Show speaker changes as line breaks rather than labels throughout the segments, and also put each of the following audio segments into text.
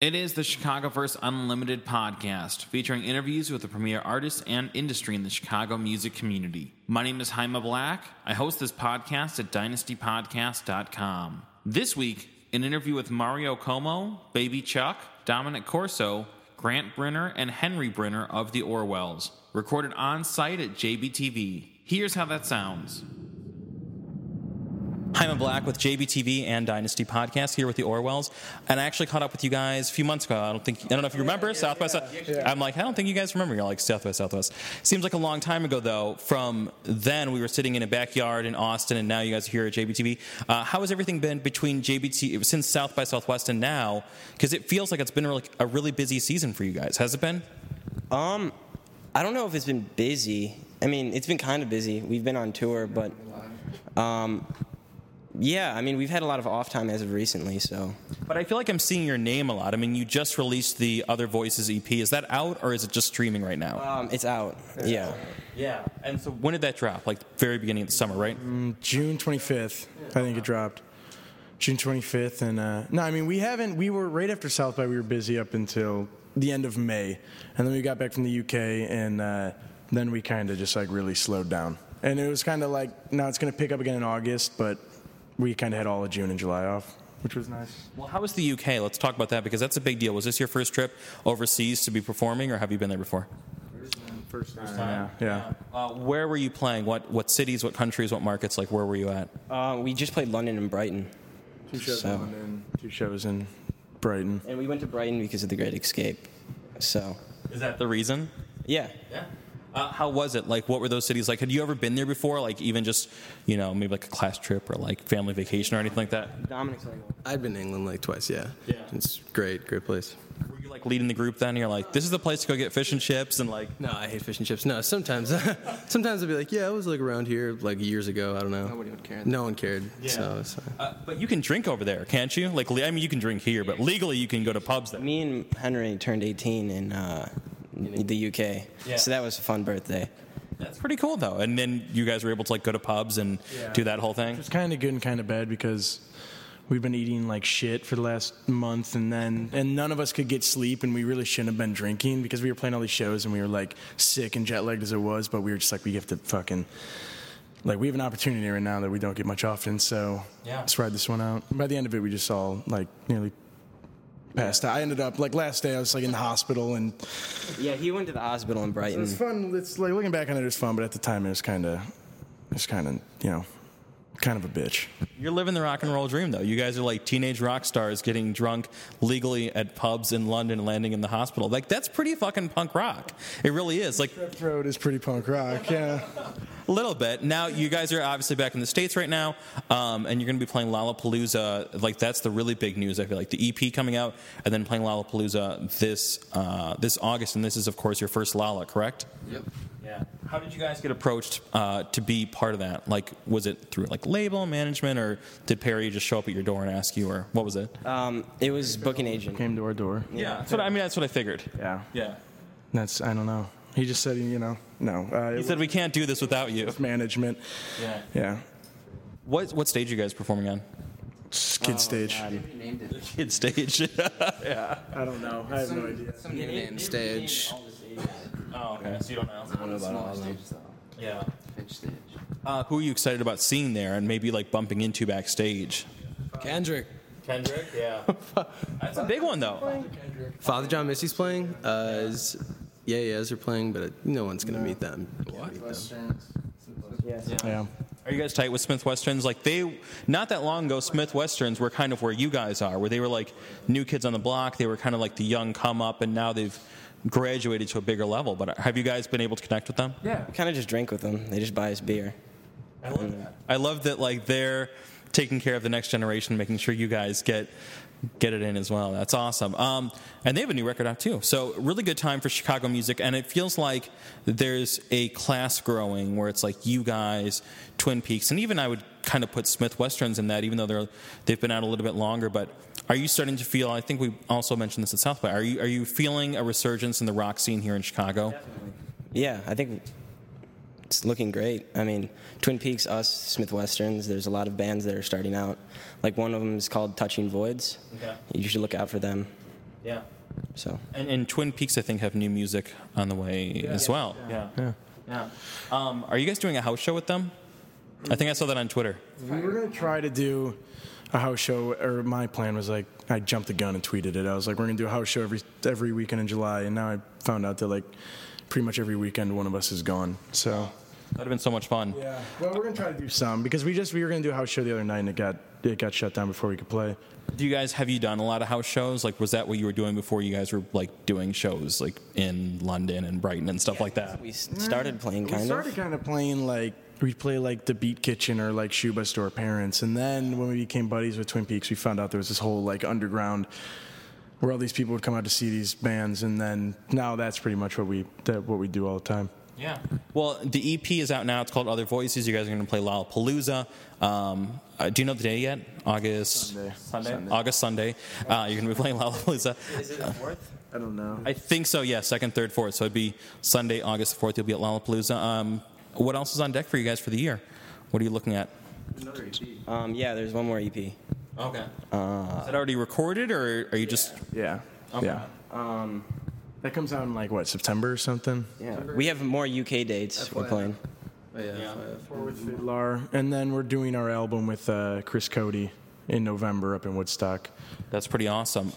It is the Chicagoverse Unlimited podcast, featuring interviews with the premier artists and industry in the Chicago music community. My name is Haima Black. I host this podcast at dynastypodcast.com. This week, an interview with Mario Como, Baby Chuck, Dominic Corso, Grant Brenner, and Henry Brenner of the Orwells, recorded on site at JBTV. Here's how that sounds. Hi, I'm Black with JBTV and Dynasty Podcast here with the Orwells, and I actually caught up with you guys a few months ago. I don't think I don't know if you remember South Southwest. I'm like, I don't think you guys remember. You're like Southwest, Southwest. Seems like a long time ago though. From then, we were sitting in a backyard in Austin, and now you guys are here at JBTV. Uh, how has everything been between JBT since South by Southwest and now? Because it feels like it's been like a really busy season for you guys. Has it been?
Um, I don't know if it's been busy. I mean, it's been kind of busy. We've been on tour, but um, yeah, I mean, we've had a lot of off time as of recently. So
But I feel like I'm seeing your name a lot. I mean, you just released the Other Voices EP. Is that out or is it just streaming right now?
um, it's out. Yeah,
Yeah, and so when did that drop? Like very beginning of the summer, right?
June 25th, I think it dropped. June 25th, and uh, no, I mean we haven't. We were right after South by. We were busy up until the end of May, and then we got back from the UK, and uh, then we kind of just like really slowed down. And it was kind of like now it's going to pick up again in August, but we kind of had all of June and July off, which was nice.
Well, how was the UK? Let's talk about that because that's a big deal. Was this your first trip overseas to be performing, or have you been there before?
First time. yeah.
Uh, where were you playing? What what cities? What countries? What markets? Like where were you at?
uh, we just played London and Brighton,
Two shows
So-
in London, two shows in Brighton.
and we went to Brighton because of the Great Escape. So
Is that the reason?
yeah,
Yeah. Uh, how was it? Like, what were those cities like? Had you ever been there before? Like, even just, you know, maybe like a class trip or like family vacation or anything like that?
Dominic's like,
I've been to England like twice, yeah. Yeah. It's great, great place.
Were you like leading the group then? You're like, this is the place to go get fish and chips and like.
No, I hate fish and chips. No, sometimes sometimes I'll be like, yeah, I was like around here like years ago. I don't know. Nobody would care. No one cared. So it's fine.
Uh, but you can drink over there, can't you? Like, le- I mean, you can drink here, but legally you can go to pubs there.
me and Henry turned 18 in uh, the UK,
Yeah.
so that was a fun birthday.
That's pretty cool though. And then you guys were able to like go to pubs and do that whole thing.
It's kind of good and kind of bad because we've been eating like shit for the last month, and then and none of us could get sleep, and we really shouldn't have been drinking because we were playing all these shows and we were like sick and jet lagged as it was, but we were just like we have to fucking like we have an opportunity right now that we don't get much often, so
Yeah.
let's ride this one out. By the end of it, we just all like nearly. Passed. out. I ended up like last day. I was like in the hospital, and
Yeah, he went to the hospital in
it was
Brighton.
fun. It's like looking back on it, it was fun, but at the time, it was kind of, it's kind of, you know, kind of a bitch.
You're living the rock and roll dream though. You guys are like teenage rock stars getting drunk legally at pubs in London, landing in the hospital. Like that's pretty fucking punk rock. It really is. Like
Throat is pretty punk rock, yeah.
a little bit. Now you guys are obviously back in the states right now, um, and you're going to be playing Lollapalooza. Like that's the really big news. I feel like the EP coming out, and then playing Lollapalooza this uh, this August. And this is of course your first Lala, correct?
Yep.
Yeah. How did you guys get approached uh, to be part of that? Like, was it through like label management, or did Perry just show up at your door and ask you, or what was it?
Um, it was booking agent.
Came to our door.
yeah. Uh, That's what I I mean. That's what I figured.
Yeah.
Yeah.
That's, I don't know. He just said, you know, no. Uh,
He said we can't do this without you.
management.
Yeah.
Yeah.
What what stage are you guys performing on?
It's kid stage.
Kid stage.
I don't know. I have no idea.
Name, stage.
oh, okay. So you don't know.
I don't know about all of them.
Yeah.
Pitch stage.
Uh, who are you excited about seeing there and maybe like bumping into backstage?
Kendrick.
Kendrick, yeah. That's a big one though.
Father John Missy's playing. Uh, is, yeah, yeah, they're playing, but uh, no one's gonna meet them. What? Meet them.
Yeah.
Are you guys tight with Smith Westerns? Like they, not that long ago, Smith Westerns were kind of where you guys are, where they were like new kids on the block. They were kind of like the young come up, and now they've graduated to a bigger level. But have you guys been able to connect with them?
Yeah.
kind of just drink with them. They just buy us beer.
I love that. I love that like they're taking care of the next generation, making sure you guys get get it in as well. That's awesome. Um, and they have a new record out too. So really good time for Chicago music, and it feels like there's a class growing where it's like you guys, Twin Peaks, and even I would kind of put Smith Westerns in that, even though they're they've been out a little bit longer, but. Are you starting to feel? I think we also mentioned this at South by. Are you are you feeling a resurgence in the rock scene here in Chicago?
Yeah, I think it's looking great. I mean, Twin Peaks, us, Smith Westerns, there's a lot of bands that are starting out. Like one of them is called Touching Voids.
Okay.
You should look out for them.
Yeah.
So
And, and Twin Peaks, I think, have new music on the way as well. Yeah. Yeah. Um, are you guys doing a house show with them? I think I saw that on Twitter.
We were gonna try to do a house show, or my plan was like I jumped the gun and tweeted it. I was like, we're gonna do a house show every every weekend in July, and now I found out that like pretty much every weekend one of us is gone. So
That'd have been so much fun.
yeah, well, we're gonna try to do some because we just we were gonna do a house show the other night and it got it got shut down before we could play.
Do you guys have you done a lot of house shows? Like, was that what you were doing before you guys were like doing shows like in London and Brighton and stuff like that?
we s- started playing
we
kind
started
of.
kind of playing like we'd play like the Beat Kitchen or like Shoe Bus to our parents, and then when we became buddies with Twin Peaks, we found out there was this whole like underground where all these people would come out to see these bands, and then now that's pretty much what we that what we do all the time.
Yeah. Well, the EP is out now. It's called Other Voices. You guys are going to play Lollapalooza. Um, uh, do you know the day yet? August
Sunday. Sunday.
August Sunday. Uh, you're going to be playing Lollapalooza.
Is it the fourth?
I don't know.
I think so. Yeah, second, third, fourth. So it'd be Sunday, August fourth. You'll be at Lollapalooza. Um, what else is on deck for you guys for the year? What are you looking at?
Um, yeah, there's one more EP.
Okay. Uh, is it already recorded, or are you just?
yeah, yeah. Um, that comes out in like what September or something.
Yeah. We have more UK dates we're
FYI.
playing.
Oh, yeah,
Yeah.
FYF.
With Fiddlar, and then we're doing our album with uh, Chris Cody in November up in Woodstock.
That's pretty awesome.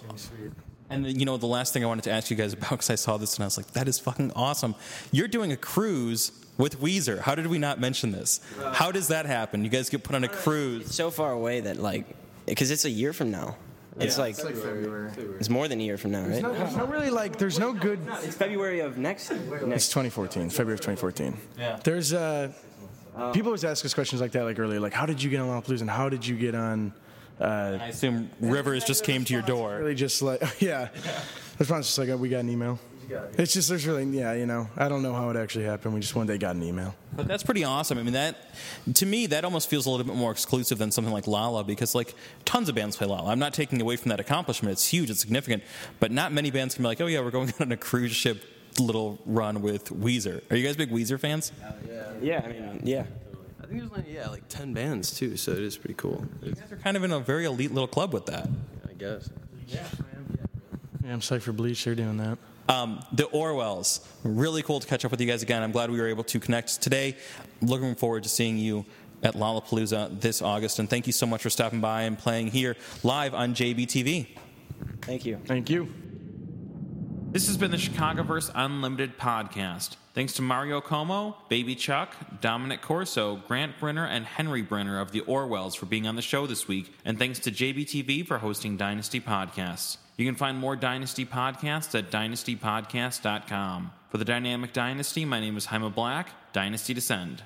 And you know, the last thing I wanted to ask you guys about because I saw this and I was like, that is fucking awesome. You're doing a cruise with Weezer. How did we not mention this? How does that happen? You guys get put on a cruise.
So far away that like, because it's a year from now. It's like it's, more than a year from now, right?
There's no really like there's no good
It's February of next.
It's 2014, February of 2014.
Yeah.
There's uh, people always ask us questions like that, like earlier, like how did you get on Lollapalooza and how did you get on?
I assume Rivers just came to your door.
Really, just like yeah, the response is just like oh, we got an email. It's just there's really yeah, you know, I don't know how it actually happened. We just one day got an email.
But that's pretty awesome. I mean, that to me, that almost feels a little bit more exclusive than something like Lala because like tons of bands play Lala. I'm not taking away from that accomplishment. It's huge. It's significant. But not many bands can be like, oh yeah, we're going on a cruise ship little run with Weezer. Are you guys big Weezer fans?
Yeah, I mean, yeah.
I think there's like yeah, like ten bands too, so it is pretty cool. It's,
You're kind of in a very elite little club with that.
I guess.
Yeah, I'm psyched for Bleach. They're doing that.
Um, the Orwells. Really cool to catch up with you guys again. I'm glad we were able to connect today. Looking forward to seeing you at Lollapalooza this August. And thank you so much for stopping by and playing here live on JBTV.
Thank you.
Thank you.
This has been the Chicagoverse Unlimited podcast. Thanks to Mario Como, Baby Chuck, Dominic Corso, Grant Brenner, and Henry Brenner of the Orwells for being on the show this week, and thanks to JBTV for hosting Dynasty Podcasts. You can find more Dynasty podcasts at dynastypodcast.com. For the Dynamic Dynasty, my name is Haima Black, Dynasty Descend.